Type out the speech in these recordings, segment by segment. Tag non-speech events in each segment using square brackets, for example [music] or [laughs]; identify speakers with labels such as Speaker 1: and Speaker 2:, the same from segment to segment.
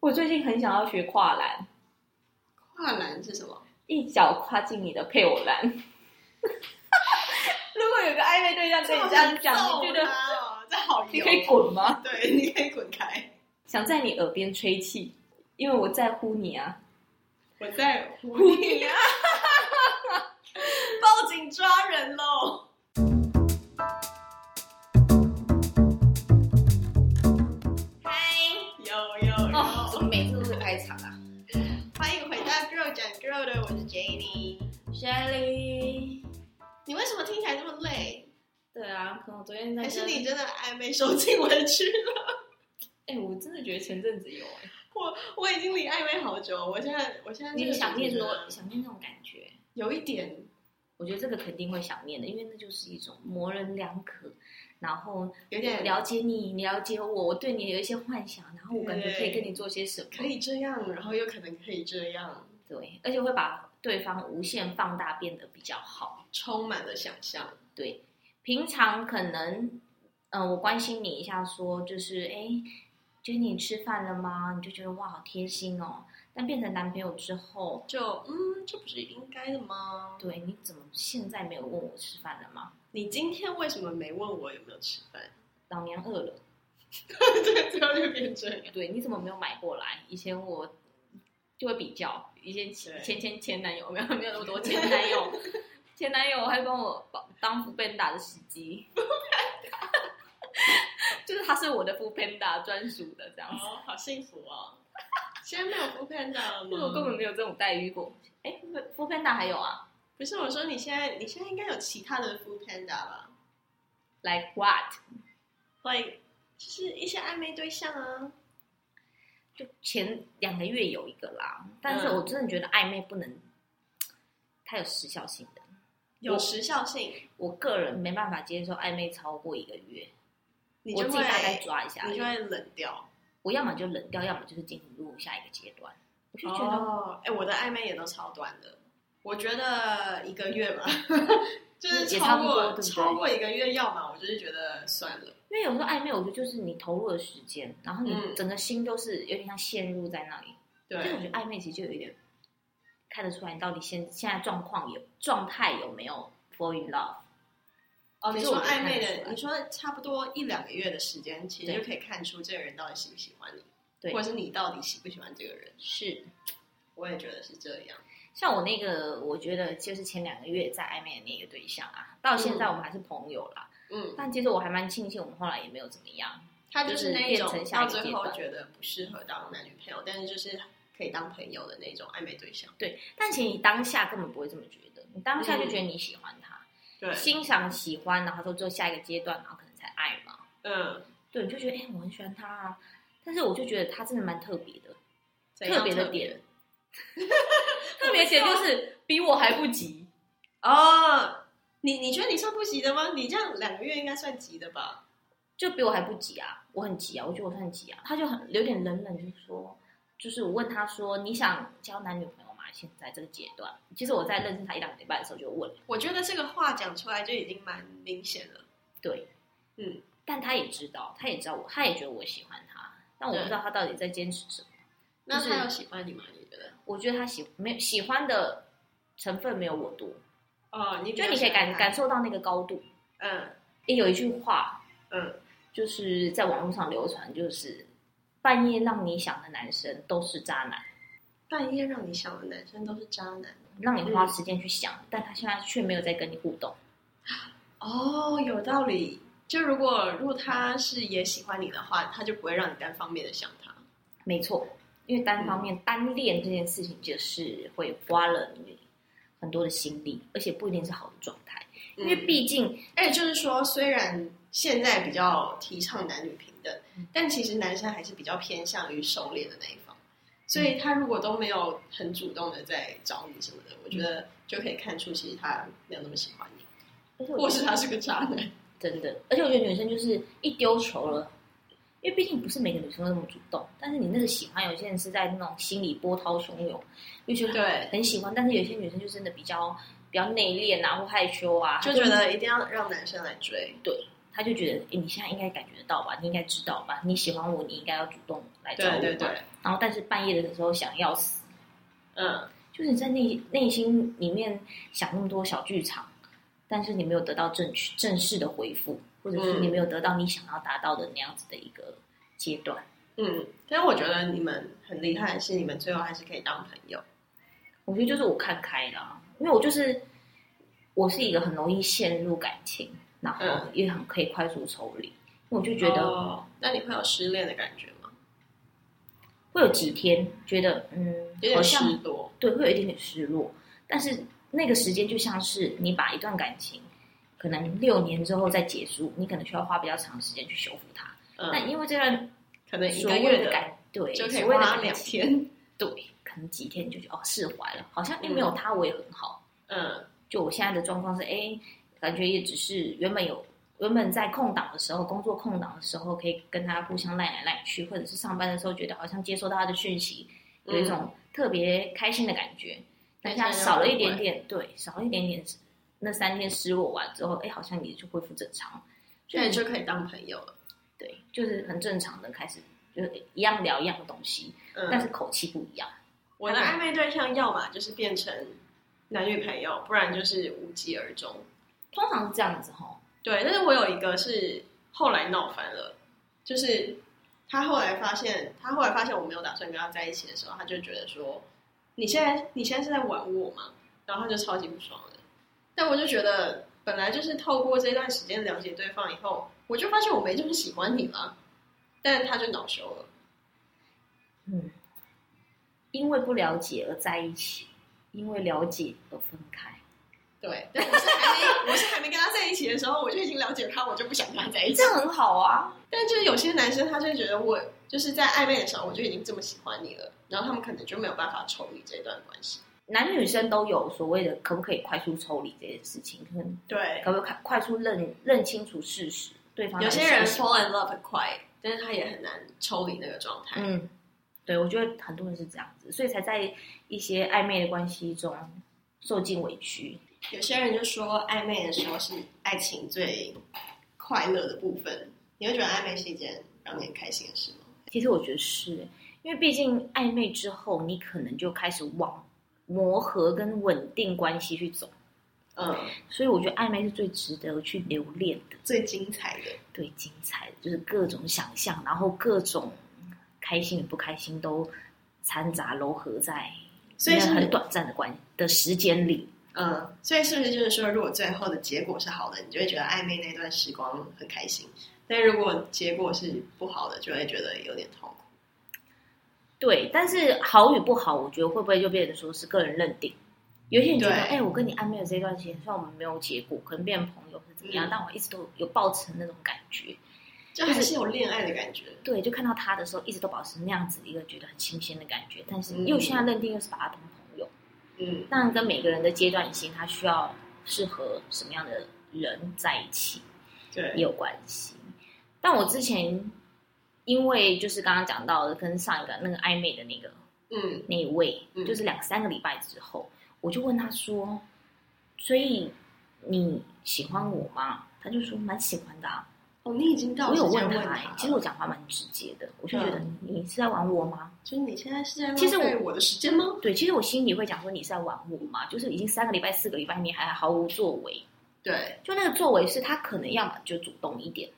Speaker 1: 我最近很想要学跨栏，
Speaker 2: 跨栏是什么？
Speaker 1: 一脚跨进你的配偶栏。 [laughs] 如果有个暧昧对象跟你这样讲，你觉
Speaker 2: 这
Speaker 1: 得
Speaker 2: 好难哦这好油，
Speaker 1: 你可以滚吗？
Speaker 2: 对，你可以滚开。
Speaker 1: 想在你耳边吹气，因为我在乎你啊！
Speaker 2: 我在乎你 [laughs] 啊！报警抓人喽！
Speaker 1: 嗨，
Speaker 2: 有有
Speaker 1: 哦，怎么
Speaker 2: 有！
Speaker 1: 每次都是开场啊
Speaker 2: 欢迎回到 Girl 讲 Girl 的，我是 Jenny。
Speaker 1: ？Shelly，
Speaker 2: 你为什么听起来这么累？
Speaker 1: 对啊，可能我昨天在
Speaker 2: 还
Speaker 1: 家
Speaker 2: 是你真的暧昧受尽委屈了？
Speaker 1: 哎、我真的觉得前阵子有哎、
Speaker 2: 我已经离暧昧好久，我现在我现在
Speaker 1: 欸你想念
Speaker 2: 多
Speaker 1: 多想念那种感觉，
Speaker 2: 有一点，
Speaker 1: 啊我觉得这个肯定会想念的，因为那就是一种模棱两可，然后
Speaker 2: 有点
Speaker 1: 了解你，你了解我，我对你有一些幻想，然后我感觉可以跟你做些什么，
Speaker 2: 可以这样，然后又可能可以这样，
Speaker 1: 对，而且会把对方无限放大变得比较好。
Speaker 2: 充满了想象。
Speaker 1: 平常可能，嗯、我关心你一下说，就是哎，觉得你吃饭了吗？你就觉得哇，好贴心哦。但变成男朋友之后，
Speaker 2: 就嗯，这不是应该的吗？
Speaker 1: 对，你怎么现在没有问我吃饭了吗？
Speaker 2: 你今天为什么没问我有没有吃饭？ [laughs]
Speaker 1: 老娘饿了。
Speaker 2: 对，最后就变这样。
Speaker 1: 对，你怎么没有买过来？以前我就会比较，以前
Speaker 2: 对
Speaker 1: 前前前男友没有没有那么多前男
Speaker 2: [laughs]
Speaker 1: 友，前男友还帮我保当副 panda 的司机，就是他是我的副 panda 专属的这样子。
Speaker 2: 哦，好幸福哦！现在没有不看到了
Speaker 1: 因为我根
Speaker 2: 吗？
Speaker 1: 本没有这种待遇过。哎，Food Panda 还有啊
Speaker 2: 不是，我说你现在，你现在应该有其他的 Food Panda 吧
Speaker 1: ，Like what？
Speaker 2: ？Like，就是一些暧昧对象啊。
Speaker 1: 就前两个月有一个啦，但是
Speaker 2: 嗯
Speaker 1: 我真的觉得暧昧不能，它有时效性的。
Speaker 2: 有时效性，
Speaker 1: 我个人没办法接受暧昧超过一个月，
Speaker 2: 你
Speaker 1: 我
Speaker 2: 就
Speaker 1: 自己
Speaker 2: 会
Speaker 1: 大概抓一下。
Speaker 2: 你就会冷掉。
Speaker 1: 我要么就冷掉，要么就是进入下一个阶段。我就觉得
Speaker 2: 哦，哎、我的暧昧也都超短的，我觉得一个月吧， [laughs] 就是
Speaker 1: 也差
Speaker 2: 超
Speaker 1: 不
Speaker 2: 过
Speaker 1: 多对不对
Speaker 2: 超过一个月，要么我就是觉得算了。
Speaker 1: 因为有时候暧昧，我觉得就是你投入的时间，然后你
Speaker 2: 嗯
Speaker 1: 整个心都是有点像陷入在那里。所以我
Speaker 2: 对，
Speaker 1: 觉得暧昧其实就有一点看得出来，你到底现现在状况有状态有没有 fall in love？
Speaker 2: 哦，
Speaker 1: 其
Speaker 2: 你
Speaker 1: 实
Speaker 2: 说
Speaker 1: 我觉得
Speaker 2: 暧昧
Speaker 1: 看得出
Speaker 2: 的，
Speaker 1: 来
Speaker 2: 你说差不多一两个月的时间，其实
Speaker 1: 对
Speaker 2: 就可以看出这个人到底喜不喜欢你，
Speaker 1: 对
Speaker 2: 或者是你到底喜不喜欢这个人。
Speaker 1: 是，
Speaker 2: 我也觉得是这样。
Speaker 1: 像我那个，我觉得就是前两个月在暧昧的那个对象啊，到现在我们还是朋友啦。
Speaker 2: 嗯，
Speaker 1: 但其实我还蛮庆幸，我们后来也没有怎么样。
Speaker 2: 他就那一
Speaker 1: 就是变
Speaker 2: 种
Speaker 1: 成下
Speaker 2: 到
Speaker 1: 一个阶
Speaker 2: 最
Speaker 1: 段
Speaker 2: 后觉得不适合当男女朋友，但是就是可以当朋友的那种暧昧对象。
Speaker 1: 对，但其实你当下根本不会这么觉得，你当
Speaker 2: 嗯
Speaker 1: 下就觉得你喜欢他，
Speaker 2: 对，
Speaker 1: 欣赏、喜欢，然后说做下一个阶段，然后可能才爱嘛。
Speaker 2: 嗯，
Speaker 1: 对，你就觉得哎、我很喜欢他啊，但是我就觉得他真的蛮特别的，
Speaker 2: 怎样
Speaker 1: 特别的点，特别点就是比我还不急。
Speaker 2: 哦，你你觉得你算不急的吗？你这样两个月应该算急的吧？
Speaker 1: 就比我还不急啊，我很急啊，我觉得我很急啊。他就很有点冷冷，就说，就是我问他说，你想交男女朋友吗？现在这个阶段，其实我在认识他一两个礼拜的时候就问了，
Speaker 2: 我觉得这个话讲出来就已经蛮明显了。
Speaker 1: 对，
Speaker 2: 嗯，
Speaker 1: 但他也知道，他也知道我，他也觉得我喜欢他，但我不
Speaker 2: 对
Speaker 1: 知道他到底在坚持什么。
Speaker 2: 那
Speaker 1: 就是
Speaker 2: 他有喜欢你吗？你觉得？
Speaker 1: 我觉得他喜没有喜欢的成分没有我多，
Speaker 2: 哦，你
Speaker 1: 就你可以感感受到那个高度。
Speaker 2: 嗯
Speaker 1: 也有一句话，
Speaker 2: 嗯，
Speaker 1: 就是在网络上流传，就是半夜让你想的男生都是渣男，
Speaker 2: 半夜让你想的男生都是渣男。
Speaker 1: 让你
Speaker 2: 嗯
Speaker 1: 花时间去想，但他现在却没有在跟你互动。
Speaker 2: 哦，有道理。就如果如果他是也喜欢你的话，他就不会让你单方面的想他。
Speaker 1: 没错，因为单
Speaker 2: 嗯
Speaker 1: 方面、单恋这件事情，就是会花了你很多的心力，而且不一定是好的状态，因为
Speaker 2: 嗯
Speaker 1: 毕竟
Speaker 2: 而且就是说，虽然现在比较提倡男女平等，
Speaker 1: 嗯
Speaker 2: 但其实男生还是比较偏向于狩猎的那一方。所
Speaker 1: 嗯
Speaker 2: 以他如果都没有很主动的在找你什么的，我觉得就可以看出其实他没有那么喜欢你，
Speaker 1: 而且我
Speaker 2: 或是他是个渣
Speaker 1: [laughs]
Speaker 2: 男。
Speaker 1: 真的，而且我觉得女生就是一丢球了，因为毕竟不是每个女生都那么主动，但是你那个喜欢，有些人是在那种心里波涛汹涌，就觉得
Speaker 2: [laughs] 对
Speaker 1: 很喜欢，但是有些女生就真的比较比较内敛啊，或害羞啊，
Speaker 2: 就觉得一定要让男生来追。
Speaker 1: 对，他就觉得，哎，你现在应该感觉得到吧，你应该知道吧，你喜欢我，你应该要主动来找我吧。
Speaker 2: 对对对，
Speaker 1: 然后，但是半夜的时候想要死，
Speaker 2: 嗯，
Speaker 1: 就是你在内内心里面想那么多小剧场，但是你没有得到正确正式的回复，或者是
Speaker 2: 嗯
Speaker 1: 你没有得到你想要达到的那样子的一个阶段。
Speaker 2: 嗯，但是我觉得你们很厉害，是你们最后还是可以当朋友。
Speaker 1: 我觉得就是我看开了啊，因为我就是我是一个很容易陷入感情，然后
Speaker 2: 嗯
Speaker 1: 也很可以快速抽离。因为我就觉得
Speaker 2: 哦，那你会有失恋的感觉吗？
Speaker 1: 会有几天觉得嗯，
Speaker 2: 有
Speaker 1: 好
Speaker 2: 点
Speaker 1: 像
Speaker 2: 失落。
Speaker 1: 对，会有一点点失落。但是那个时间就像是你把一段感情，可能六年之后再结束，你可能需要花比较长时间去修复它。
Speaker 2: 嗯，
Speaker 1: 但因为这段
Speaker 2: 可能嗯一
Speaker 1: 所
Speaker 2: 个
Speaker 1: 谓
Speaker 2: 月
Speaker 1: 的
Speaker 2: 的
Speaker 1: 感，对，
Speaker 2: 就可以
Speaker 1: 所谓的
Speaker 2: 花
Speaker 1: 感
Speaker 2: 两
Speaker 1: 情，
Speaker 2: 天。
Speaker 1: 对，可能几天你就觉得哦释怀了，好像因为没有
Speaker 2: 嗯
Speaker 1: 他我也很好。
Speaker 2: 嗯
Speaker 1: 就我现在的状况是，哎，感觉也只是原本有原本在空档的时候，工作空档的时候，可以跟他互相赖来赖去，或者是上班的时候，觉得好像接收到他的讯息，有一种特别开心的感觉。但现在少了一点点，对，少了一点点，那三天失落完之后，哎，好像也就恢复正常，
Speaker 2: 所
Speaker 1: 嗯
Speaker 2: 以就可以当朋友了。
Speaker 1: 对，就是很正常的开始，就是一样聊一样的东西，但
Speaker 2: 嗯，
Speaker 1: 是口气不一样。
Speaker 2: 我的暧昧对象要么就是变成男女朋友，不然就是无疾而终。
Speaker 1: 通常是这样子哈，
Speaker 2: 对，但是我有一个是后来闹翻了，就是他后来发现，他后来发现我没有打算跟他在一起的时候，他就觉得说，你现在你现在是在玩我吗？然后他就超级不爽的。但我就觉得，本来就是透过这段时间了解对方以后，我就发现我没这么喜欢你了，但他就恼羞了。
Speaker 1: 嗯，因为不了解而在一起，因为了解而分开。
Speaker 2: 对， [laughs] 但我是还没，我是还没跟他在一起的时候，我就已经了解他，我就不想跟他在一起
Speaker 1: 哎这。样很好啊。
Speaker 2: 但就是有些男生，他就觉得我就是在暧昧的时候，我就已经这么喜欢你了，然后他们可能就没有办法抽离这段关系。
Speaker 1: 男女生都有所谓的可不可以快速抽离这件事情，可能
Speaker 2: 对，
Speaker 1: 可不可以快快速认认清楚事实，对方
Speaker 2: 有些
Speaker 1: 到
Speaker 2: 人
Speaker 1: 底是不是
Speaker 2: fall in love 很快，但是他也很难抽离那个状态。
Speaker 1: 嗯，对我觉得很多人是这样子，所以才在一些暧昧的关系中受尽委屈。
Speaker 2: 有些人就说，暧昧的时候是爱情最快乐的部分。你会觉得暧昧是一件让你很开心的事吗？
Speaker 1: 其实我觉得是因为毕竟暧昧之后，你可能就开始往磨合跟稳定关系去走，
Speaker 2: 嗯，
Speaker 1: 所以我觉得暧昧是最值得去留恋的。
Speaker 2: 最精彩的。
Speaker 1: 对，精彩的就是各种想象，然后各种开心与不开心都掺杂糅合在
Speaker 2: 所以是
Speaker 1: 那很短暂的关的时间里。
Speaker 2: 嗯，所以是不是就是说，如果最后的结果是好的，你就会觉得暧昧那段时光很开心；但如果结果是不好的，就会觉得有点痛苦。
Speaker 1: 对，但是好与不好，我觉得会不会就变成说是个人认定？有些人觉得，
Speaker 2: 对
Speaker 1: 哎、我跟你暧昧的这段时间，虽然我们没有结果，可能变成朋友是怎么样，
Speaker 2: 嗯
Speaker 1: 但我一直都有抱持那种感觉。
Speaker 2: 就还是有恋爱的感觉。
Speaker 1: 对，就看到他的时候，一直都保持那样子一个觉得很新鲜的感觉，但是
Speaker 2: 嗯
Speaker 1: 又现在认定又是把他当朋友。
Speaker 2: 嗯
Speaker 1: 那跟每个人的阶段性，他需要适合什么样的人在一起也
Speaker 2: 对，
Speaker 1: 有关系。但我之前因为就是刚刚讲到的，跟上一个那个暧昧的那个
Speaker 2: 嗯
Speaker 1: 那一位，
Speaker 2: 嗯
Speaker 1: 就是两三个礼拜之后，我就问他说：“所以你喜欢我吗？”他就说蛮喜欢的、啊。
Speaker 2: 哦，你已经到
Speaker 1: 我有
Speaker 2: 时间
Speaker 1: 问
Speaker 2: 问
Speaker 1: 他、欸，其实我讲话蛮直接的，我就觉得你是在玩我吗？
Speaker 2: 就是你现在是在浪
Speaker 1: 其实我
Speaker 2: 费我的时间吗？
Speaker 1: 对，其实我心里会讲说你是在玩我吗？就是已经三个礼拜、四个礼拜，你还毫无作为。
Speaker 2: 对，
Speaker 1: 就那个作为是他可能要么就主动一点，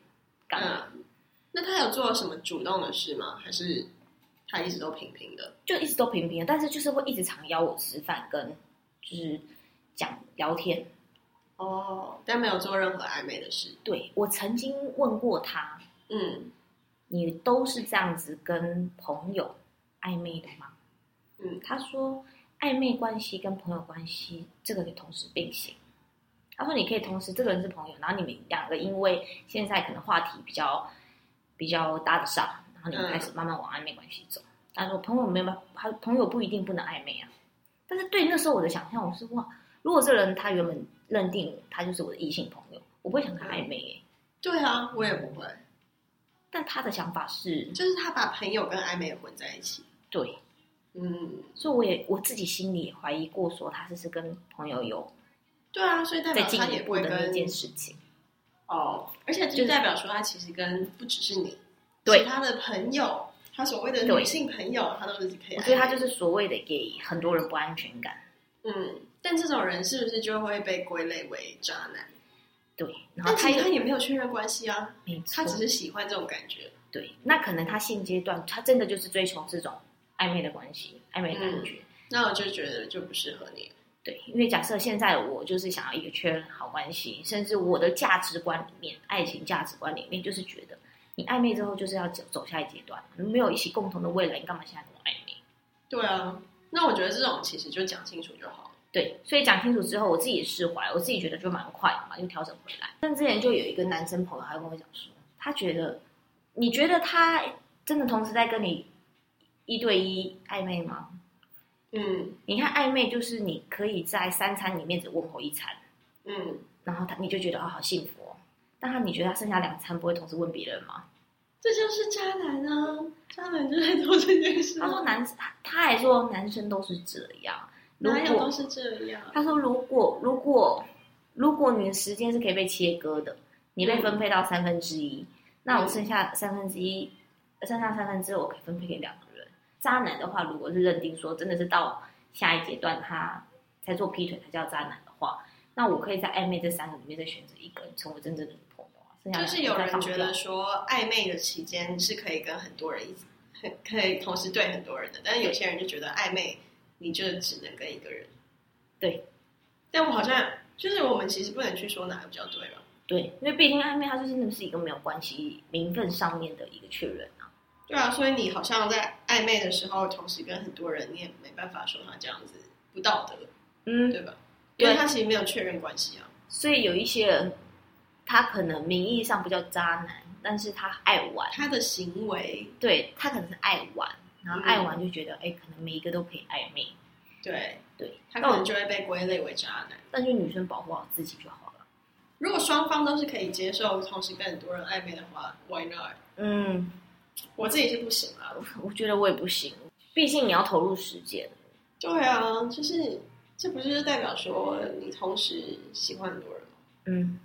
Speaker 1: 干嘛、
Speaker 2: 嗯，那他有做什么主动的事吗？还是他一直都平平的？
Speaker 1: 就一直都平平的，但是就是会一直常邀我吃饭，跟就是讲聊天。
Speaker 2: 哦，但没有做任何暧昧的事。
Speaker 1: 对我曾经问过他，
Speaker 2: 嗯
Speaker 1: 你都是这样子跟朋友暧昧的吗？
Speaker 2: 嗯，
Speaker 1: 他说暧昧关系跟朋友关系这个可以同时并行。他说你可以同时这个人是朋友，然后你们两个因为现在可能话题比较比较搭得上，然后你们
Speaker 2: 嗯
Speaker 1: 开始慢慢往暧昧关系走。他说朋友没有办法，他朋友不一定不能暧昧啊。但是对那时候我的想象，我是哇，如果这个人他原本认定他就是我的异性朋友，我不会想跟他暧昧耶、
Speaker 2: 对啊，我也不会，
Speaker 1: 但他的想法是
Speaker 2: 就是他把朋友跟暧昧混在一起。
Speaker 1: 对，
Speaker 2: 嗯，
Speaker 1: 所以我也我自己心里也怀疑过，说他是不是跟朋友有
Speaker 2: 对啊，所以代
Speaker 1: 在
Speaker 2: 表
Speaker 1: 进
Speaker 2: 他
Speaker 1: 一
Speaker 2: 也不
Speaker 1: 步
Speaker 2: 会
Speaker 1: 的那
Speaker 2: 跟
Speaker 1: 件事情。
Speaker 2: 哦，而且
Speaker 1: 就
Speaker 2: 就是代表说他其实跟不只是你，
Speaker 1: 对
Speaker 2: 其他的朋友，他所谓的女
Speaker 1: 对
Speaker 2: 性朋友，他都是可以
Speaker 1: 我
Speaker 2: 安排。
Speaker 1: 觉得他就是所谓的给很多人不安全感。
Speaker 2: 嗯，但这种人是不是就会被归类为渣男？
Speaker 1: 对，然后
Speaker 2: 但
Speaker 1: 他
Speaker 2: 其实他
Speaker 1: 也
Speaker 2: 也没有确认关系啊，
Speaker 1: 没
Speaker 2: 他
Speaker 1: 错，
Speaker 2: 只是喜欢这种感觉。
Speaker 1: 对，那可能他现阶段他真的就是追求这种暧昧的关系、暧昧的
Speaker 2: 嗯
Speaker 1: 感觉。
Speaker 2: 那我就觉得就不适合你。
Speaker 1: 对，因为假设现在我就是想要一个确认好关系，甚至我的价值观里面，爱情价值观里面就是觉得你暧昧之后就是要走走下一阶段，你没有一起共同的未来，你干嘛现在跟我暧昧？
Speaker 2: 对啊，那我觉得这种其实就讲清楚就好了。
Speaker 1: 对，所以讲清楚之后，我自己也释怀，我自己觉得就蛮快的嘛，就调整回来。但之前就有一个男生朋友，他就跟我讲说，他觉得你觉得他真的同时在跟你一对一暧昧吗？
Speaker 2: 嗯
Speaker 1: 你看暧昧就是你可以在三餐里面只问候一餐，
Speaker 2: 嗯，
Speaker 1: 然后他你就觉得哦好幸福哦。但他你觉得他剩下两餐不会同时问别人吗？
Speaker 2: 这就是渣男啊！渣男就在做这件事
Speaker 1: 他
Speaker 2: 啊，
Speaker 1: 说男他他还说男生都是这样，如
Speaker 2: 哪有
Speaker 1: 果
Speaker 2: 都是这样。
Speaker 1: 他说如果如果如果你的时间是可以被切割的，你
Speaker 2: 嗯
Speaker 1: 被分配到三分之一，那我剩下三分之一，剩下三分之二我可以分配给两个人。渣男的话，如果是认定说真的是到下一阶段他才做劈腿才叫渣男的话，那我可以在暧昧这三个里面再选择一个成为真正的女朋友啊。剩下
Speaker 2: 就
Speaker 1: 两个
Speaker 2: 是有
Speaker 1: 再
Speaker 2: 人
Speaker 1: 放
Speaker 2: 觉
Speaker 1: 掉
Speaker 2: 得说暧昧的期间是可以跟很多人一起，很可以同时对很多人的，但是有些人就觉得暧昧你就只能跟一个人。
Speaker 1: 对，
Speaker 2: 但我好像就是我们其实不能去说哪个比较对吧？
Speaker 1: 对，因为毕竟暧昧它就是真的是一个没有关系名分上面的一个确认啊。
Speaker 2: 对啊，所以你好像在暧昧的时候同时跟很多人，你也没办法说他这样子不道德，
Speaker 1: 嗯，
Speaker 2: 对吧？
Speaker 1: 对
Speaker 2: 因为他其实没有确认关系啊。
Speaker 1: 所以有一些人，他可能名义上不叫渣男，但是他爱玩，
Speaker 2: 他的行为
Speaker 1: 对他可能是爱玩，然后
Speaker 2: 嗯
Speaker 1: 爱玩就觉得，哎、可能每一个都可以暧昧，
Speaker 2: 对
Speaker 1: 对，
Speaker 2: 他
Speaker 1: 那
Speaker 2: 可能
Speaker 1: 我
Speaker 2: 就会被归类为渣男。
Speaker 1: 那就女生保护好自己就好了。
Speaker 2: 如果双方都是可以接受同时跟很多人暧昧的话，Why not？
Speaker 1: 嗯，
Speaker 2: 我自己是不行啊。
Speaker 1: 我觉得我也不行，毕竟你要投入时间，
Speaker 2: 对啊，就是这不就是代表说你同时喜欢很多人吗？
Speaker 1: 嗯，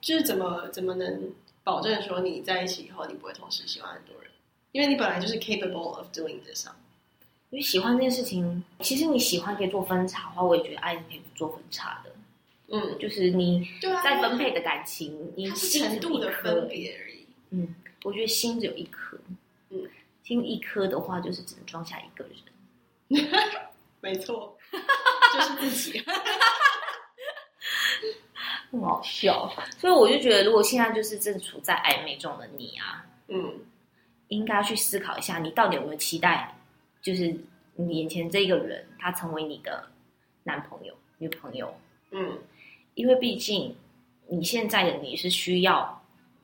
Speaker 2: 就是怎么怎么能保证说你在一起以后你不会同时喜欢很多人？因为你本来就是 capable of doing this 啊。
Speaker 1: 因为喜欢这件事情，其实你喜欢可以做分叉的话，我也觉得爱是可以做分叉的，
Speaker 2: 嗯，
Speaker 1: 就是你
Speaker 2: 对啊，
Speaker 1: 在分配的感情，你
Speaker 2: 它是
Speaker 1: 心只有
Speaker 2: 程度
Speaker 1: 一
Speaker 2: 的
Speaker 1: 颗
Speaker 2: 分别而已。
Speaker 1: 嗯，我觉得心只有一颗，
Speaker 2: 嗯，
Speaker 1: 心一颗的话，就是只能装下一个人。
Speaker 2: 没
Speaker 1: [laughs]
Speaker 2: 错，就是自己。
Speaker 1: 很好笑，所以我就觉得，如果现在就是正处在暧昧中的你啊，
Speaker 2: 嗯，
Speaker 1: 应该去思考一下，你到底有没有期待，就是你眼前这个人他成为你的男朋友、女朋友？
Speaker 2: 嗯，
Speaker 1: 因为毕竟你现在的你是需要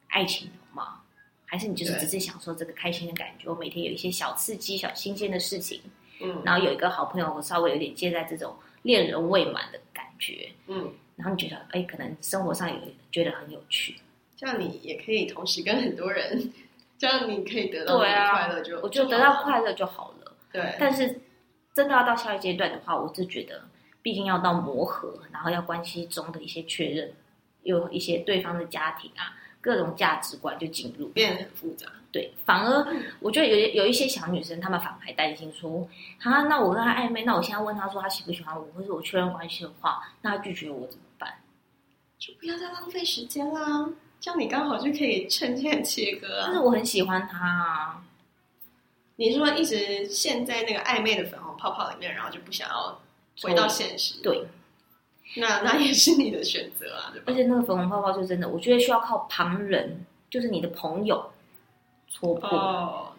Speaker 1: 爱情的嘛，还是你就是
Speaker 2: 对
Speaker 1: 只是享受这个开心的感觉？我每天有一些小刺激、小新鲜的事情，
Speaker 2: 嗯，
Speaker 1: 然后有一个好朋友，我稍微有点介在这种恋人未满的感觉，
Speaker 2: 嗯，
Speaker 1: 然后你觉得，哎，可能生活上有觉得很有趣。
Speaker 2: 这样你也可以同时跟很多人，这样你可以得到
Speaker 1: 对啊
Speaker 2: 快乐就，
Speaker 1: 我就得
Speaker 2: 好了
Speaker 1: 到快乐就好了。
Speaker 2: 对，
Speaker 1: 但是真的要到下一阶段的话，我是觉得，毕竟要到磨合，然后要关系中的一些确认，有一些对方的家庭啊，各种价值观就进入。
Speaker 2: 变得很复杂。
Speaker 1: 对，反而我觉得有有一些小女生，她们反而还担心说，啊，那我跟她暧昧，那我现在问她说她喜不喜欢我，或者我确认关系的话，那她拒绝我怎么办？
Speaker 2: 就不要再浪费时间啦。这样你刚好就可以趁现在切割
Speaker 1: 但是
Speaker 2: 啊。
Speaker 1: 我很喜欢她啊，
Speaker 2: 你是说一直陷在那个暧昧的粉红泡泡里面，然后就不想要回到现实？
Speaker 1: 对，
Speaker 2: 那那也是你的选择啊，对吧
Speaker 1: 而？且那个粉红泡泡就真的，我觉得需要靠旁人，就是你的朋友戳破。
Speaker 2: 哦，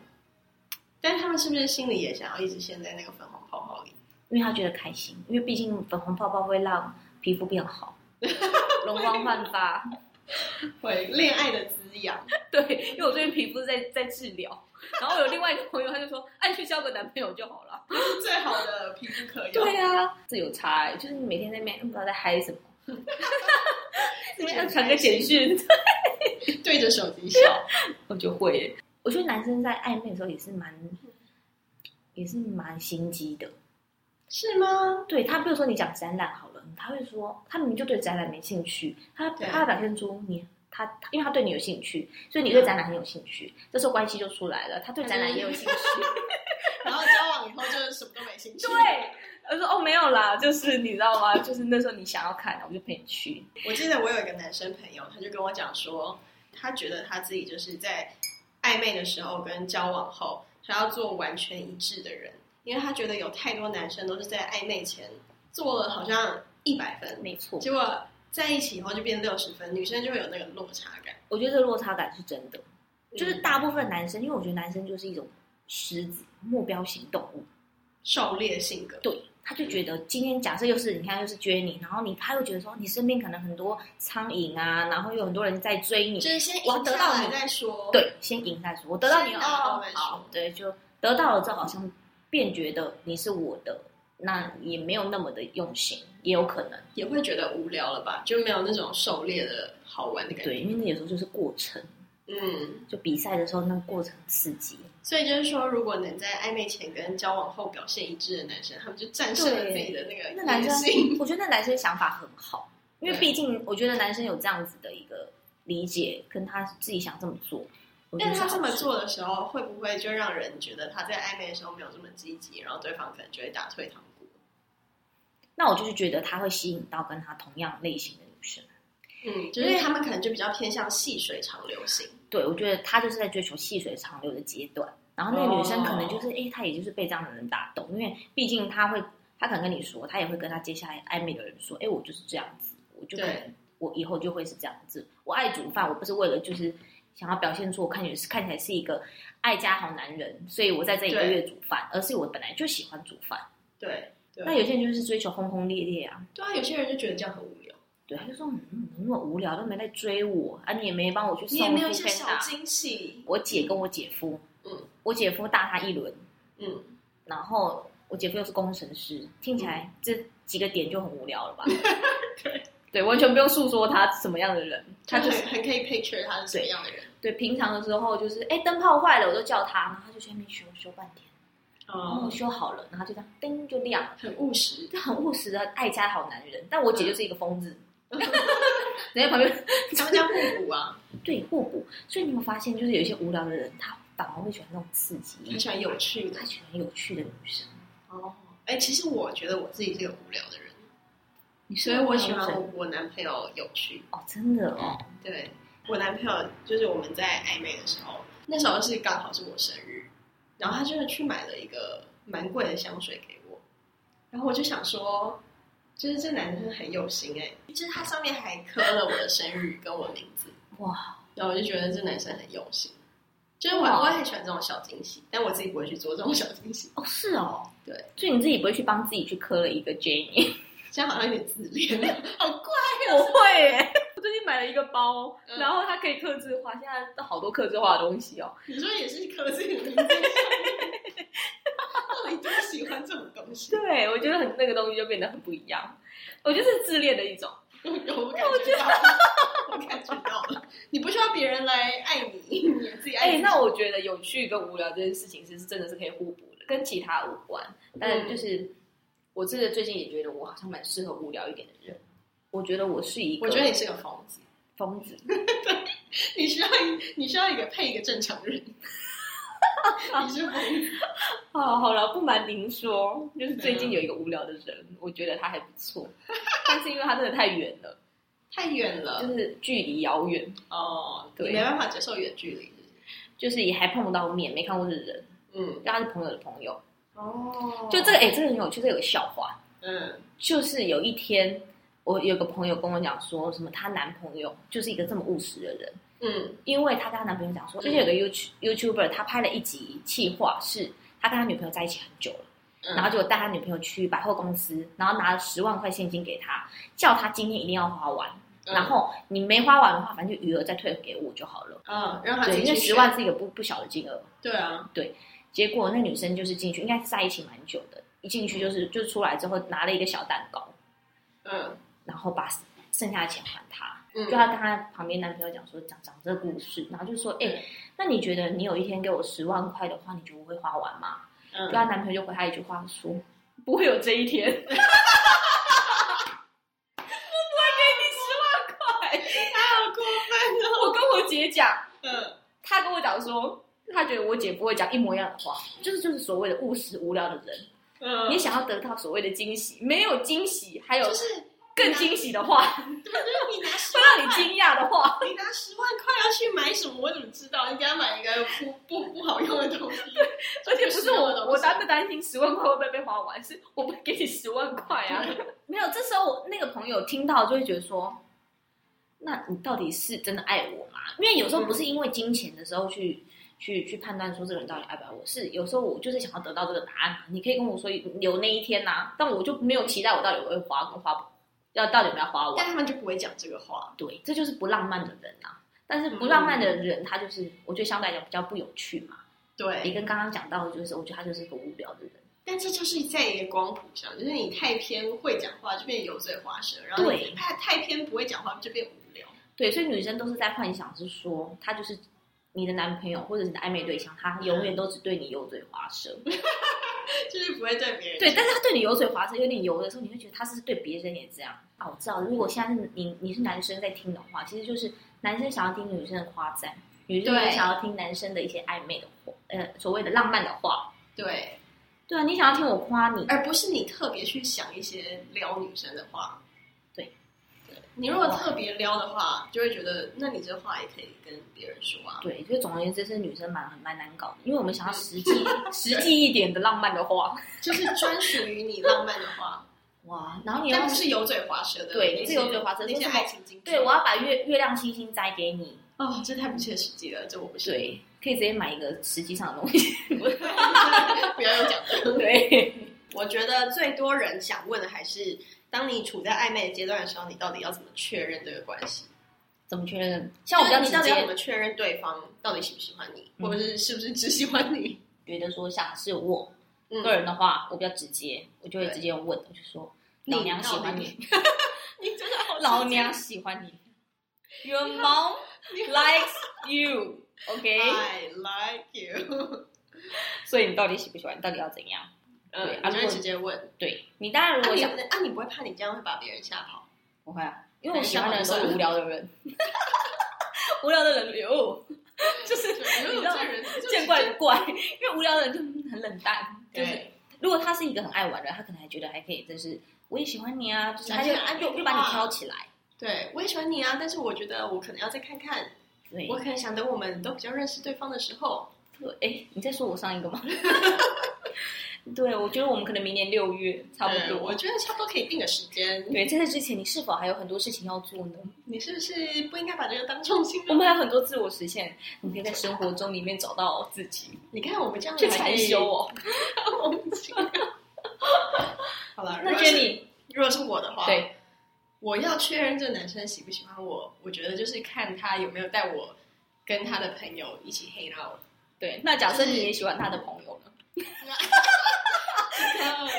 Speaker 2: 但他们是不是心里也想要一直陷在那个粉红泡泡里？
Speaker 1: 因为他觉得开心，因为毕竟粉红泡泡会让皮肤变好， [laughs] 容光焕发。
Speaker 2: 会恋爱的滋养， [laughs]
Speaker 1: 对，因为我最近皮肤在在治疗，然后有另外一个朋友他就说，哎，去交个男朋友就好了。
Speaker 2: 是最好的皮肤可药。
Speaker 1: [laughs] 对啊，这有差、欸，就是你每天在那边不知道在嗨 [laughs] 什么，
Speaker 2: 自己
Speaker 1: 要
Speaker 2: 很开心，
Speaker 1: 传个简讯，
Speaker 2: 对着手机笑。
Speaker 1: [laughs] 我就会欸、我觉得男生在暧昧的时候也是蛮，也是蛮心机的。
Speaker 2: 是吗？
Speaker 1: 对他，比如说你讲展览好了，他会说他明明就对展览没兴趣，他
Speaker 2: 对
Speaker 1: 他表现出你他他因为他对你有兴趣，所以你对展览很有兴趣，这时候关系就出来了，他对展览也有兴趣。 [laughs]
Speaker 2: 然后交往以后就是什么都没兴
Speaker 1: 嗯
Speaker 2: 趣。
Speaker 1: 对，我说哦没有啦，就是你知道吗？就是那时候你想要看，我就陪你去。
Speaker 2: 我记得我有一个男生朋友，他就跟我讲说，他觉得他自己就是在暧昧的时候跟交往后，他要做完全一致的人，因为他觉得有太多男生都是在暧昧前做了好像一百分，
Speaker 1: 没错，
Speaker 2: 结果在一起以后就变六十分，女生就会有那个落差感。
Speaker 1: 我觉得这个落差感是真的，就是大部分男生，因为我觉得男生就是一种狮子目标型动物，
Speaker 2: 狩猎性格，
Speaker 1: 对，他就觉得今天假设又是你看又是 Jenny，然后你他又觉得说你身边可能很多苍蝇啊，然后有很多人在追你
Speaker 2: 就，是先
Speaker 1: 我要
Speaker 2: 赢
Speaker 1: 得
Speaker 2: 下
Speaker 1: 到
Speaker 2: 来
Speaker 1: 你
Speaker 2: 再说。，
Speaker 1: 对，先赢再说，我得到你了，
Speaker 2: 先拿到
Speaker 1: 哦
Speaker 2: 再，说
Speaker 1: 好，对，就得到了之后好像便觉得你是我的，那也没有那么的用心，也有可能，
Speaker 2: 也会觉得无聊了吧？就没有那种狩猎的好玩的感觉。
Speaker 1: 对，因为那有时候就是过程，
Speaker 2: 嗯。
Speaker 1: 就比赛的时候那个过程刺激，
Speaker 2: 所以就是说，如果能在暧昧前跟交往后表现一致的男生，他们就战胜了自己的那个
Speaker 1: 那男
Speaker 2: 野
Speaker 1: 生
Speaker 2: 性。，
Speaker 1: 我觉得那男生想法很
Speaker 2: [laughs]
Speaker 1: 好，因为
Speaker 2: 对
Speaker 1: 毕竟我觉得男生有这样子的一个理解，跟他自己想这么做。我觉
Speaker 2: 但
Speaker 1: 得
Speaker 2: 是他
Speaker 1: 好
Speaker 2: 这么
Speaker 1: 事，
Speaker 2: 做的时候，会不会就让人觉得他在暧昧的时候没有这么积极，然后对方可能就会打退堂鼓？
Speaker 1: 那我就是觉得他会吸引到跟他同样类型的女生。
Speaker 2: 嗯，就是他们可能就比较偏向细水长流型。
Speaker 1: 对，我觉得他就是在追求细水长流的阶段。然后那个女生可能
Speaker 2: 哦
Speaker 1: 就是，哎、她也就是被这样的人打动，因为毕竟她会，她可能跟你说，她也会跟她接下来暧昧的人说，哎，我就是这样子，我就可
Speaker 2: 对
Speaker 1: 能我以后就会是这样子。我爱煮饭，我不是为了就是想要表现出我看起来是看起来是一个爱家好男人，所以我在这一个
Speaker 2: 对
Speaker 1: 月煮饭，而是我本来就喜欢煮饭。
Speaker 2: 对对
Speaker 1: 那有些人就是追求轰轰烈烈啊，
Speaker 2: 对啊，有些人就觉得这样很无聊，
Speaker 1: 对，他就说，嗯，嗯怎么那么无聊，都没在追我啊，你也没帮我去送
Speaker 2: 你也没有一些
Speaker 1: foodpanda
Speaker 2: 小惊喜。
Speaker 1: 我姐跟我姐夫，
Speaker 2: 嗯
Speaker 1: 嗯，我姐夫大他一轮，
Speaker 2: 嗯，
Speaker 1: 然后我姐夫又是工程师，听起来这几个点就很无聊了吧？
Speaker 2: 嗯 [laughs] 对，
Speaker 1: 对，完全不用诉说他是什么样的人，他就是
Speaker 2: 很很可以 picture 他是什么样的人。
Speaker 1: 对平常的时候就是，哎，灯泡坏了我都叫他，然后他就去那边修修半天，然后
Speaker 2: 哦，
Speaker 1: 修好了，然后就这样叮就亮了， [laughs]
Speaker 2: 很务实。
Speaker 1: 就很务实的爱家好男人。但我
Speaker 2: 嗯
Speaker 1: 姐就是一个疯子， [laughs]
Speaker 2: 他
Speaker 1: 人家旁边
Speaker 2: 们叫互补啊，
Speaker 1: 对互补，所以你有没有发现，就是有一些无聊的人，他反而会喜欢那种刺
Speaker 2: 很
Speaker 1: 激，
Speaker 2: 喜欢有趣的
Speaker 1: 他。喜欢有趣的女生。
Speaker 2: 哦，哎、其实我觉得我自己是个无聊的人，
Speaker 1: 你
Speaker 2: 所以我喜欢
Speaker 1: 我
Speaker 2: 我我男朋友有趣。
Speaker 1: 哦，真的哦。
Speaker 2: 对我男朋友，就是我们在暧昧的时候，那时候是刚好是我生日，然后他就是去买了一个蛮贵的香水给我，然后我就想说，就是这男生很有心哎、就是他上面还刻了我的生日跟我名字，
Speaker 1: 哇，
Speaker 2: 然后我就觉得这男生很用心。就是我，
Speaker 1: 哇
Speaker 2: 我也很喜欢这种小惊喜，但我自己不会去做这种小惊喜，
Speaker 1: 哦，是哦，
Speaker 2: 对，
Speaker 1: 所以你自己不会去帮自己去刻了一个 [laughs] Jenny？哎
Speaker 2: 这样好像有点自恋，
Speaker 1: [laughs]
Speaker 2: [laughs] 好怪。
Speaker 1: 我会耶， [laughs] 我最近买了一个包，
Speaker 2: 嗯
Speaker 1: 然后它可以刻字化，现在都好多刻字化的东西哦。
Speaker 2: 你说也是刻自己的名字上面，到底多喜欢这种东西？
Speaker 1: 对，我觉得很那个东西就变得很不一样，我觉得是自恋的一种。
Speaker 2: 我我感觉到，我感觉到了，你不需要别人来爱你，你自己爱
Speaker 1: 哎、
Speaker 2: 自己。
Speaker 1: 那我觉得有趣跟无聊这件事情其实真的是可以互补的，跟其他无关。
Speaker 2: 嗯
Speaker 1: 但就是、我真的最近也觉得我好像蛮适合无聊一点的人。我觉得我是一个，
Speaker 2: 我觉得你是个疯子，
Speaker 1: 疯子， [laughs]
Speaker 2: 你需要你需要一个配一个正常
Speaker 1: [laughs]
Speaker 2: 人。你是疯子，
Speaker 1: 哦，好了，不瞒您说，就是最
Speaker 2: 嗯
Speaker 1: 近有一个无聊的人，我觉得他还不错， [laughs] 但是因为他真的太远了，呃
Speaker 2: 太远了
Speaker 1: 就是距离遥远，
Speaker 2: 哦，
Speaker 1: 对
Speaker 2: 你没办法接受远距离。
Speaker 1: 就是也还碰不到面，没看过这人，
Speaker 2: 嗯，
Speaker 1: 但他是朋友的朋友。
Speaker 2: 哦
Speaker 1: 就这个，哎、这个很有趣，这个有个笑话，
Speaker 2: 嗯，
Speaker 1: 就是有一天，我有个朋友跟我讲说，什么她男朋友就是一个这么务实的人，
Speaker 2: 嗯
Speaker 1: 因为她跟她男朋友讲说，最近有个 You YouTuber，他拍了一集企划，是他跟他女朋友在一起很久了。
Speaker 2: 嗯，
Speaker 1: 然后就带他女朋友去百货公司，然后拿了十万块现金给他，叫他今天一定要花完。
Speaker 2: 嗯
Speaker 1: 然后你没花完的话，反正就余额再退给我就好了。
Speaker 2: 嗯，让他自
Speaker 1: 对，
Speaker 2: 己
Speaker 1: 因为
Speaker 2: 去
Speaker 1: 十万是一个不不小的金额。
Speaker 2: 选，对啊，
Speaker 1: 结果那女生就是进去，应该是在一起蛮久的，一进去就是就出来之后拿了一个小蛋糕，
Speaker 2: 嗯
Speaker 1: 然后把剩下的钱还他。就
Speaker 2: 嗯，
Speaker 1: 她跟她旁边男朋友讲说讲讲这个故事，然后就说，哎、
Speaker 2: 嗯
Speaker 1: 那你觉得你有一天给我十万块的话，你觉得我会花完吗？就
Speaker 2: 嗯，
Speaker 1: 她男朋友就回她一句话说：“不会有这一 [laughs] 天，我不会给你十万块。
Speaker 2: 太好过分了。”
Speaker 1: 啊
Speaker 3: 姐讲，
Speaker 2: 嗯
Speaker 3: 她跟我讲说，她觉得我姐不会讲一模一样的话，就是就是所谓的务实无聊的人。
Speaker 2: 嗯，
Speaker 3: 你想要得到所谓的惊喜，没有惊喜，还有
Speaker 2: 就是
Speaker 3: 更惊喜的话，
Speaker 2: 就是你拿十
Speaker 3: 会
Speaker 2: 万
Speaker 3: 让你惊讶的话，
Speaker 2: 你拿十万块要去买什么？我怎么知道？你给他买一个不不不好用的东
Speaker 3: [laughs]
Speaker 2: 西，
Speaker 3: [laughs] 而且不是我
Speaker 2: 这个，
Speaker 3: 我
Speaker 2: 东西
Speaker 3: 担不担心十万块会不会被花完？是我不给你十万块
Speaker 1: [laughs]
Speaker 3: 啊！没有，这时候我那个朋友听到就会觉得说，那你到底是真的爱我吗？
Speaker 1: 因为有时候不是因为金钱的时候去、去去判断说这个人到底爱不爱我，是有时候我就是想要得到这个答案嘛。你可以跟我说有那一天呐、但我就没有期待我到底会花跟花不要到底有没有花完
Speaker 2: 但。他们就不会讲这个话。
Speaker 1: 对，这就是不浪漫的人啊。但是不
Speaker 3: 嗯
Speaker 1: 浪漫的人，他就是我觉得相对来讲比较不有趣嘛。也
Speaker 2: 对，
Speaker 1: 跟刚刚讲到的，就是我觉得他就是一个无聊的人。
Speaker 2: 但这就是在一个光谱上，就是你太偏会讲话就变油嘴滑舌，然后你
Speaker 1: 对
Speaker 2: 太太偏不会讲话就变无聊。 [laughs]
Speaker 1: 对，所以女生都是在幻想，是说他就是你的男朋友或者是你的暧昧对象，他永远都只对你油嘴滑舌。
Speaker 2: 就是不会对别人
Speaker 1: 对，
Speaker 2: 讲
Speaker 1: 但是他对你油嘴滑舌、有点油的时候，你会觉得他是对别人也这样啊。我知道，如果现在是你你是男生在听的话，其实就是男生想要听女生的夸赞，女生
Speaker 2: 对
Speaker 1: 也想要听男生的一些暧昧的话，呃，所谓的浪漫的话。
Speaker 2: 对，
Speaker 1: 对啊，你想要听我夸你，
Speaker 2: 而不是你特别去想一些撩女生的话。
Speaker 1: 对
Speaker 2: 对，你如果特别撩的话，就会觉得那你这话也可以跟别人说啊。
Speaker 1: 对，所以总而言之，是女生蛮蛮难搞的，因为我们想要实
Speaker 2: [laughs]
Speaker 1: 际实际一点的浪漫的话，
Speaker 2: 就是专属于你浪漫的话，
Speaker 1: 哇，然后你要
Speaker 2: 但不是油嘴滑舌的，
Speaker 1: 对
Speaker 2: 那
Speaker 1: 不
Speaker 2: 些
Speaker 1: 是油嘴滑舌
Speaker 2: 那些
Speaker 1: 是什么
Speaker 2: 爱情经
Speaker 1: 对我要把月月亮星星摘给你，
Speaker 2: 哦，这太不切实际了，这我不是， [laughs]
Speaker 1: 对，可以直接买一个实际上的东西，
Speaker 2: 不要用讲的。
Speaker 1: 对，
Speaker 2: [laughs]
Speaker 1: [laughs]
Speaker 2: 我觉得最多人想问的还是，当你处在暧昧的阶段的时候，你到底要怎么确认这个关系？
Speaker 1: 怎么确认？像我比较
Speaker 2: 就是
Speaker 1: 直
Speaker 2: 你到底要怎
Speaker 1: 接
Speaker 2: 么确认对方到底喜不喜欢你，
Speaker 1: 嗯
Speaker 2: 或者是是不是只喜欢你？
Speaker 1: 觉得说，像是我
Speaker 2: [laughs] 嗯
Speaker 1: 个人的话，我比较直接，我就会
Speaker 2: 对
Speaker 1: 直接问，我就说
Speaker 2: 你
Speaker 1: 老娘喜欢你，
Speaker 2: 你真的好
Speaker 1: 老娘喜欢你，Your mom likes [laughs] you。OK，
Speaker 2: I like you， [laughs]
Speaker 1: 所以你到底喜不喜欢？你到底要怎样？对
Speaker 2: 嗯，
Speaker 1: 啊如
Speaker 2: 你就会
Speaker 1: 果
Speaker 2: 直接问。
Speaker 1: 对你当然
Speaker 2: 啊
Speaker 1: 如果
Speaker 2: 你
Speaker 1: 想
Speaker 2: 啊你不会怕你这样会把别人吓 [laughs] 跑？
Speaker 1: 不会啊，因为我喜欢的人都是无聊的人， [laughs] 无聊的人哟，就是
Speaker 2: 因
Speaker 1: 你知道
Speaker 2: 人
Speaker 1: [laughs] 见怪不怪，因为无聊的人就很冷淡，就是
Speaker 2: 对，
Speaker 1: 如果他是一个很爱玩的人，他可能还觉得还可以，就是我也喜欢你啊，就是他就
Speaker 2: 讲一
Speaker 1: 他
Speaker 2: 些
Speaker 1: 就
Speaker 2: 暧昧
Speaker 1: 就把
Speaker 2: 话
Speaker 1: 你挑起来，
Speaker 2: 对我也喜欢你啊，但是我觉得我可能要再看看，
Speaker 1: 对
Speaker 2: 我可能想等我们都比较认识对方的时候，
Speaker 1: 对，哎，你在说我上一 [laughs] 个吗？对，我觉得我们可能明年六月差不
Speaker 2: 对我
Speaker 1: 多。
Speaker 2: 觉得差不多可以定个时间。
Speaker 1: 嗯对，在这之前，你是否还有很多事情要做呢？
Speaker 2: 你是不是不应该把这个当重心
Speaker 1: 我
Speaker 2: 呢？
Speaker 1: 们还有很多自我实现，你可以在生活中里面找到自己，
Speaker 2: 你看我们这样
Speaker 1: 去
Speaker 2: 还可
Speaker 1: 禅
Speaker 2: 以
Speaker 1: 修，哦。
Speaker 2: 我们这样 [laughs] 好了，
Speaker 1: 哎那
Speaker 2: 如果
Speaker 1: 觉
Speaker 2: 是
Speaker 1: 得你
Speaker 2: 如果是我的话，
Speaker 1: 对，
Speaker 2: 我要确认这男生喜不喜欢我，我觉得就是看他有没有带我跟他的朋友一起 hang out。
Speaker 1: 对，那假设你也喜欢他的朋友呢？ [laughs]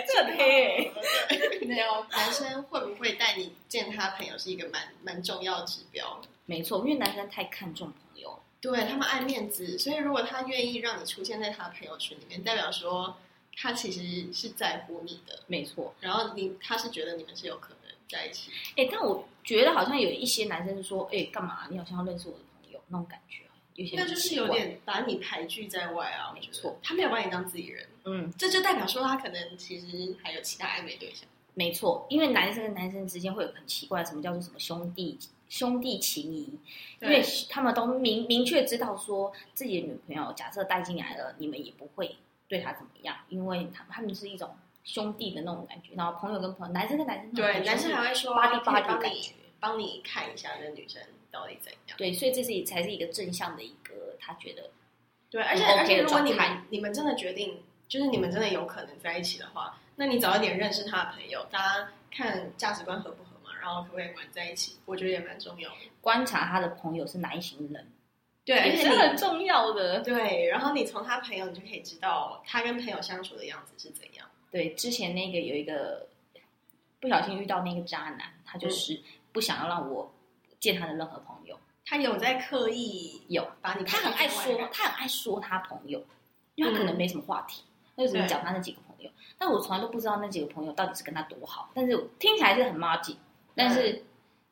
Speaker 1: 这很黑欸
Speaker 2: 对没
Speaker 1: 啊
Speaker 2: 有， [laughs] 男生会不会带你见他朋友是一个蛮蛮重要的指标。
Speaker 1: 没错，因为男生太看重朋友了。
Speaker 2: 对他们爱面子，所以如果他愿意让你出现在他的朋友圈里面，代表说他其实是在乎你的，
Speaker 1: 没错，
Speaker 2: 然后你他是觉得你们是有可能在一起。
Speaker 1: 哎、但我觉得好像有一些男生说，哎、干嘛？你好像要认识我的朋友那种感觉，啊有些
Speaker 2: 那
Speaker 1: 人
Speaker 2: 就是
Speaker 1: 奇
Speaker 2: 有
Speaker 1: 怪，
Speaker 2: 点把你排拒在外啊，我觉
Speaker 1: 没
Speaker 2: 得
Speaker 1: 错
Speaker 2: 他没有把你当自己人，
Speaker 1: 嗯，
Speaker 2: 这就代表说他可能其实还有其他暧昧对象。
Speaker 1: 没错，因为男生跟男生之间会有很奇怪，什么叫做什么兄弟兄弟情谊，因为他们都明明确知道说自己的女朋友假设带进来了，你们也不会对她怎么样，因为他他们是一种兄弟的那种感觉，然后朋友跟朋友，男生跟男生那种
Speaker 2: 对，
Speaker 1: 感觉
Speaker 2: 男生
Speaker 1: 是
Speaker 2: 还会说
Speaker 1: 巴蒂
Speaker 2: 可以
Speaker 1: 巴蒂
Speaker 2: 帮
Speaker 1: 感
Speaker 2: 你
Speaker 1: 觉。
Speaker 2: 帮你看一下那女生到底怎样。
Speaker 1: 对，所以这是才是一个正向的一个，他觉得
Speaker 2: 对，而且、
Speaker 1: OK
Speaker 2: 而且，
Speaker 1: 的
Speaker 2: 如果你
Speaker 1: 状
Speaker 2: 们
Speaker 1: 态
Speaker 2: 你们真的决定，就是你们真的有可能在一起的话，那你早一点认识他的朋友，大家看价值观合不合嘛，然后可不可以玩在一起，我觉得也蛮重要的。
Speaker 1: 观察他的朋友是哪一型人，
Speaker 2: 对，而
Speaker 3: 也
Speaker 2: 且
Speaker 3: 是
Speaker 2: 你
Speaker 3: 很重要的。
Speaker 2: 对，然后你从他朋友，你就可以知道他跟朋友相处的样子是怎样。
Speaker 1: 对，之前那个有一个不小心遇到那个渣男，他
Speaker 3: 嗯
Speaker 1: 就是不想要让我见他的任何朋友。
Speaker 2: 他有在刻意
Speaker 1: 有，
Speaker 2: 把你
Speaker 1: 他很爱说，他很爱说他朋友，因为他可
Speaker 2: 嗯
Speaker 1: 能没什么话题，他就只能讲他那几个朋友。但我从来都不知道那几个朋友到底是跟他多好，但是我听起来是很垃圾，但是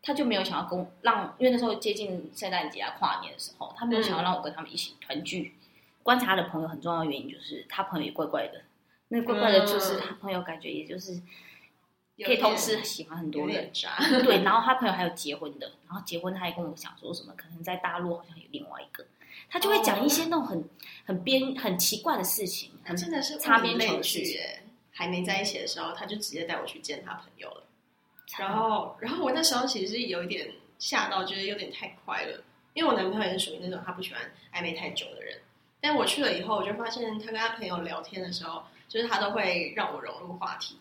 Speaker 1: 他就没有想要跟我让，因为那时候接近圣诞节啊、跨年的时候，他没有
Speaker 2: 嗯
Speaker 1: 想要让我跟他们一起团聚。观察他的朋友很重要的原因就是他朋友也怪怪的，那怪怪的就是
Speaker 2: 嗯
Speaker 1: 他朋友感觉也就是
Speaker 2: 有
Speaker 1: 可以
Speaker 2: 点
Speaker 1: 同时喜欢很多
Speaker 2: 有
Speaker 1: 人
Speaker 2: 点，
Speaker 1: [laughs]
Speaker 2: 渣，
Speaker 1: 对，然后他朋友还有结婚的，然后结婚他还跟我讲说什么，可能在大陆好像有另外一个，他就会讲一些那种很、很边很奇怪的事情，
Speaker 2: 哦他
Speaker 1: 很
Speaker 2: 真的是
Speaker 1: 擦
Speaker 2: 物以
Speaker 1: 边球
Speaker 2: 类
Speaker 1: 的事
Speaker 2: 聚
Speaker 1: 情
Speaker 2: 耶。还没在一起的时候，他就直接带我去见他朋友了。然后，然后我那时候其实是有一点吓到，觉得有点太快了，因为我男朋友也是属于那种他不喜欢暧昧太久的人。但我去了以后，我就发现他跟他朋友聊天的时候，就是他都会让我融入话题，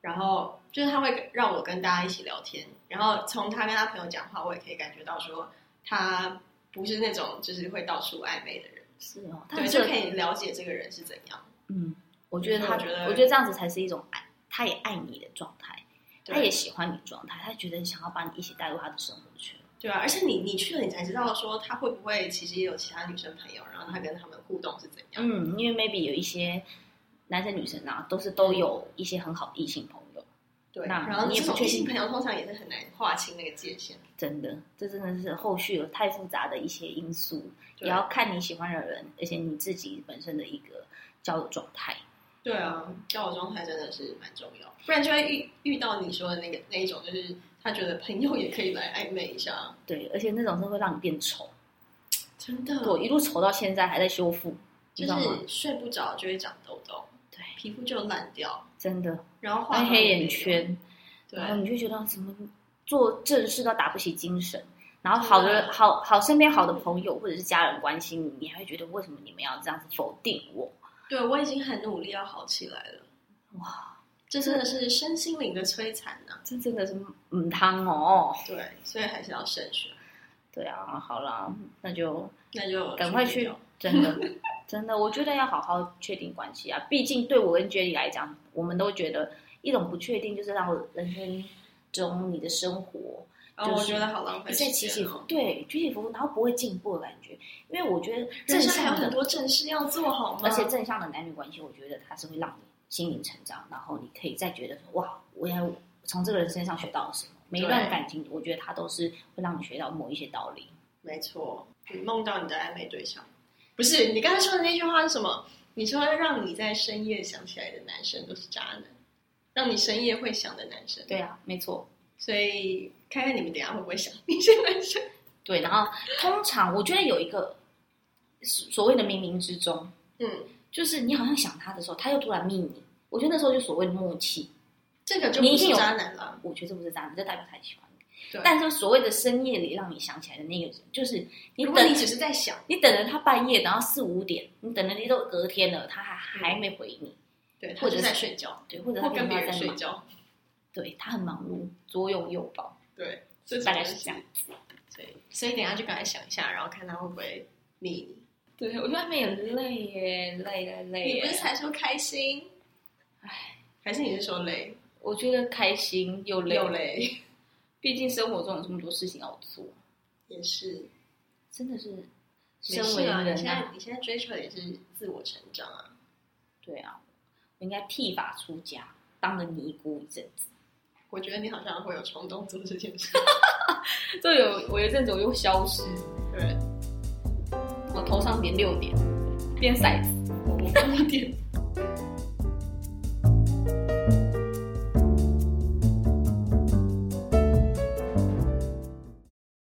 Speaker 2: 然后就是他会让我跟大家一起聊天，然后从他跟他朋友讲话，我也可以感觉到说他不是那种就是会到处暧昧的人，
Speaker 1: 是哦，他
Speaker 2: 对，
Speaker 1: 很
Speaker 2: 就
Speaker 1: 适合
Speaker 2: 可以了解这个人是怎样。
Speaker 1: 嗯，我觉得他，
Speaker 2: 我觉得
Speaker 1: 我觉得这样子才是一种爱，他也爱你的状态，
Speaker 2: 对
Speaker 1: 他也喜欢你的状态，他觉得想要把你一起带入他的生活圈。
Speaker 2: 对啊，而且你你去了，你才知道说他会不会其实也有其他女生朋友，然后他跟他们互动是怎样。
Speaker 1: 嗯，因为 maybe 有一些男生女生啊，都是都有一些很好的异性朋友，
Speaker 2: 对，
Speaker 1: 那
Speaker 2: 然后
Speaker 1: 你也
Speaker 2: 这
Speaker 1: 不
Speaker 2: 种
Speaker 1: 确
Speaker 2: 异性
Speaker 1: 定
Speaker 2: 朋友通常也是很难划清那个界限。
Speaker 1: 真的，这真的是后续有太复杂的一些因素，
Speaker 2: 对
Speaker 1: 也要看你喜欢的人，而且你自己本身的一个交友状态。
Speaker 2: 对啊，交友状态真的是蛮重要，不然就会遇遇到你说的那个那一种，就是他觉得朋友也可以来暧昧一下，
Speaker 1: 对，而且那种是会让你变丑，
Speaker 2: 真的，
Speaker 1: 我一路丑到现在还在修复，你
Speaker 2: 就
Speaker 1: 知道吗？
Speaker 2: 是睡不着就会长痘痘，
Speaker 1: 对，
Speaker 2: 皮肤就烂掉，
Speaker 1: 真的，
Speaker 2: 然后画
Speaker 1: 那黑眼，圈，
Speaker 2: 对
Speaker 1: 然后你就觉得怎么做正事都打不起精神，
Speaker 2: 啊
Speaker 1: 然后好的好好身边好的朋友或者是家人关心你，你还会觉得为什么你们要这样子否定我？
Speaker 2: 对我已经很努力要好起来了，
Speaker 1: 哇，
Speaker 2: 这真的是身心灵的摧残呐、
Speaker 1: 这真的是母汤哦。
Speaker 2: 对，所以还是要慎选。
Speaker 1: 对啊，好啦，那就
Speaker 2: 那就
Speaker 1: 赶快
Speaker 2: 睡
Speaker 1: 去
Speaker 2: 觉，
Speaker 1: 真的真的，我觉得要好好确定关系啊。毕竟对我跟 Jelly 来讲，我们都觉得一种不确定就是让我人生中你的生活
Speaker 2: 然
Speaker 1: 就
Speaker 2: 后我
Speaker 1: 是
Speaker 2: 觉得好浪费
Speaker 1: 在
Speaker 2: 时
Speaker 1: 起起
Speaker 2: 间
Speaker 1: 伏
Speaker 2: 哦。
Speaker 1: 对起起伏伏，然后不会进步的感觉。因为我觉得正
Speaker 2: 人生还有
Speaker 1: 向
Speaker 2: 很
Speaker 1: 的，
Speaker 2: 多嗯正事要做好吗？
Speaker 1: 而且正向的男女关系，我觉得它是会让你心灵成长，然后你可以再觉得说哇，我要从这个人身上学到了什么。每一段
Speaker 2: 对
Speaker 1: 感情，我觉得它都是会让你学到某一些道理。
Speaker 2: 没错，你梦到你的暧昧对象，不是你刚才说的那句话是什么？你说让你在深夜想起来的男生都是渣男，让你深夜会想的男生。，
Speaker 1: 对啊，没错。
Speaker 2: 所以看看你们等一下会不会
Speaker 1: [laughs]
Speaker 2: 想那些男生。
Speaker 1: 对，然后通常我觉得有一个所所谓的冥冥之中，
Speaker 2: 嗯，
Speaker 1: 就是你好像想他的时候，他又突然密你。我觉得那时候就所谓的默契，
Speaker 2: 这个就
Speaker 1: 你
Speaker 2: 不
Speaker 1: 一定
Speaker 2: 是
Speaker 1: 有
Speaker 2: 渣男了。
Speaker 1: 我觉得这不是渣男，这代表他喜欢你
Speaker 2: 对。
Speaker 1: 但是所谓的深夜里让你想起来的那个人，就是你
Speaker 2: 如
Speaker 1: 等
Speaker 2: 果你只是在想，
Speaker 1: 你等着他半夜，等到四五点，你等了你都隔天了，他还
Speaker 2: 嗯
Speaker 1: 还没回你，
Speaker 2: 对，
Speaker 1: 或
Speaker 2: 他
Speaker 1: 者
Speaker 2: 就是在睡觉，
Speaker 1: 对，或者他
Speaker 2: 或跟别
Speaker 1: 平
Speaker 2: 人
Speaker 1: 常在
Speaker 2: 睡
Speaker 1: 忙，
Speaker 2: 觉。
Speaker 1: 对他很忙碌，左拥右抱，
Speaker 2: 对，这种
Speaker 1: 大概是
Speaker 2: 东西
Speaker 1: 这样。
Speaker 2: 对，所以等一下就赶快想一下，然后看他会不会密你。
Speaker 1: 对，我觉得他们也累耶，累累累
Speaker 2: 你不是才说开心？唉，还是你是说累？
Speaker 1: 我觉得开心又累，
Speaker 2: 又累，
Speaker 1: 毕竟生活中有这么多事情要做。
Speaker 2: 也是。
Speaker 1: 真的是
Speaker 2: 没
Speaker 1: 身为
Speaker 2: 事啊，你
Speaker 1: 人
Speaker 2: 现
Speaker 1: 啊
Speaker 2: 在，你现在追求的也是自我成长啊。
Speaker 1: 对啊，我应该剃发出家，当个尼姑一阵子。
Speaker 2: 我觉得你好像会有冲动做这件
Speaker 1: [laughs]
Speaker 2: 事。
Speaker 1: 就有我有一阵子我又消失，
Speaker 2: 对，
Speaker 1: 我头上点六点，变色子。
Speaker 2: 我我帮你点